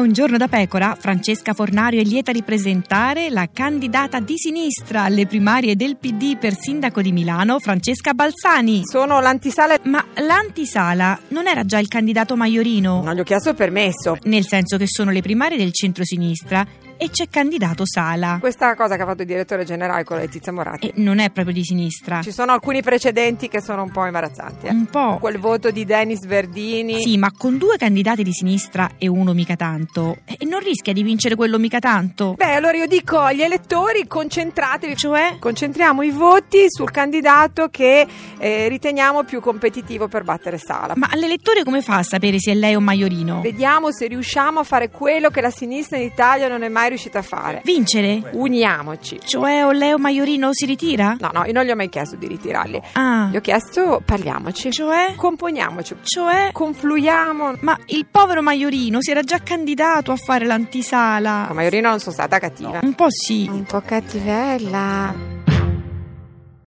Un giorno da pecora, Francesca Fornario è lieta di presentare la candidata di sinistra alle primarie del PD per sindaco di Milano, Francesca Balzani. Sono l'antisala. Ma l'antisala non era già il candidato Maiorino? Non gli ho chiesto il permesso. Nel senso che sono le primarie del centro-sinistra e c'è candidato Sala. Questa cosa che ha fatto il direttore generale con Letizia Moratti. E non è proprio di sinistra. Ci sono alcuni precedenti che sono un po' imbarazzanti. eh. Un po'. Quel voto di Denis Verdini. Sì, ma con due candidati di sinistra e uno mica tanto, e non rischia di vincere quello mica tanto. Beh, allora io dico agli elettori concentratevi. Cioè? Concentriamo i voti sul candidato che eh, riteniamo più competitivo per battere Sala. Ma l'elettore come fa a sapere se è lei o Maiorino? Vediamo se riusciamo a fare quello che la sinistra in Italia non è mai riuscita a fare. Vincere? Uniamoci. Cioè o lei o Maiorino si ritira? No, no, io non gli ho mai chiesto di ritirarli. Ah, Gli ho chiesto parliamoci. cioè? Componiamoci. Cioè? Confluiamo. Ma il povero Maiorino si era già candidato a fare l'antisala. Ma Maiorino non sono stata cattiva. Un po' sì. Un po' cattivella.